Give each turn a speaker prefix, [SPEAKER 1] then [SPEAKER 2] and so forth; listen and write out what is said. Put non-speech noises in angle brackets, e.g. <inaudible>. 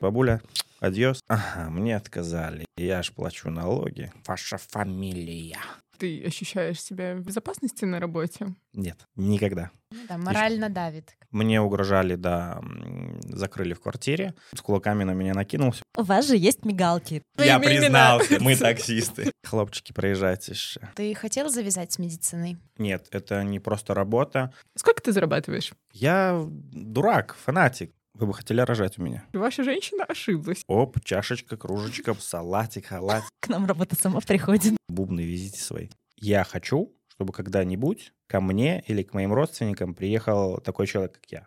[SPEAKER 1] бабуля, адьос. Ага, мне отказали. Я ж плачу налоги. Ваша фамилия.
[SPEAKER 2] Ты ощущаешь себя в безопасности на работе?
[SPEAKER 1] Нет, никогда.
[SPEAKER 3] Ну Да, морально давит.
[SPEAKER 1] Мне угрожали, да, м, закрыли в квартире. С кулаками на меня накинулся.
[SPEAKER 4] У вас же есть мигалки.
[SPEAKER 3] Ну,
[SPEAKER 1] Я
[SPEAKER 4] Твоими имена.
[SPEAKER 1] признался,
[SPEAKER 3] <laughs>
[SPEAKER 1] <laughs> мы таксисты. Хлопчики, проезжайте еще.
[SPEAKER 3] Ты хотел завязать с медициной?
[SPEAKER 1] Нет, это не просто работа.
[SPEAKER 2] Сколько ты зарабатываешь?
[SPEAKER 1] Я дурак, фанатик. Вы бы хотели рожать у меня?
[SPEAKER 2] Ваша женщина ошиблась.
[SPEAKER 1] Оп, чашечка, кружечка, салатик, халат,
[SPEAKER 4] К нам работа сама приходит.
[SPEAKER 1] бубны везите свои. Я хочу, чтобы когда-нибудь ко мне или к моим родственникам приехал такой человек, как я.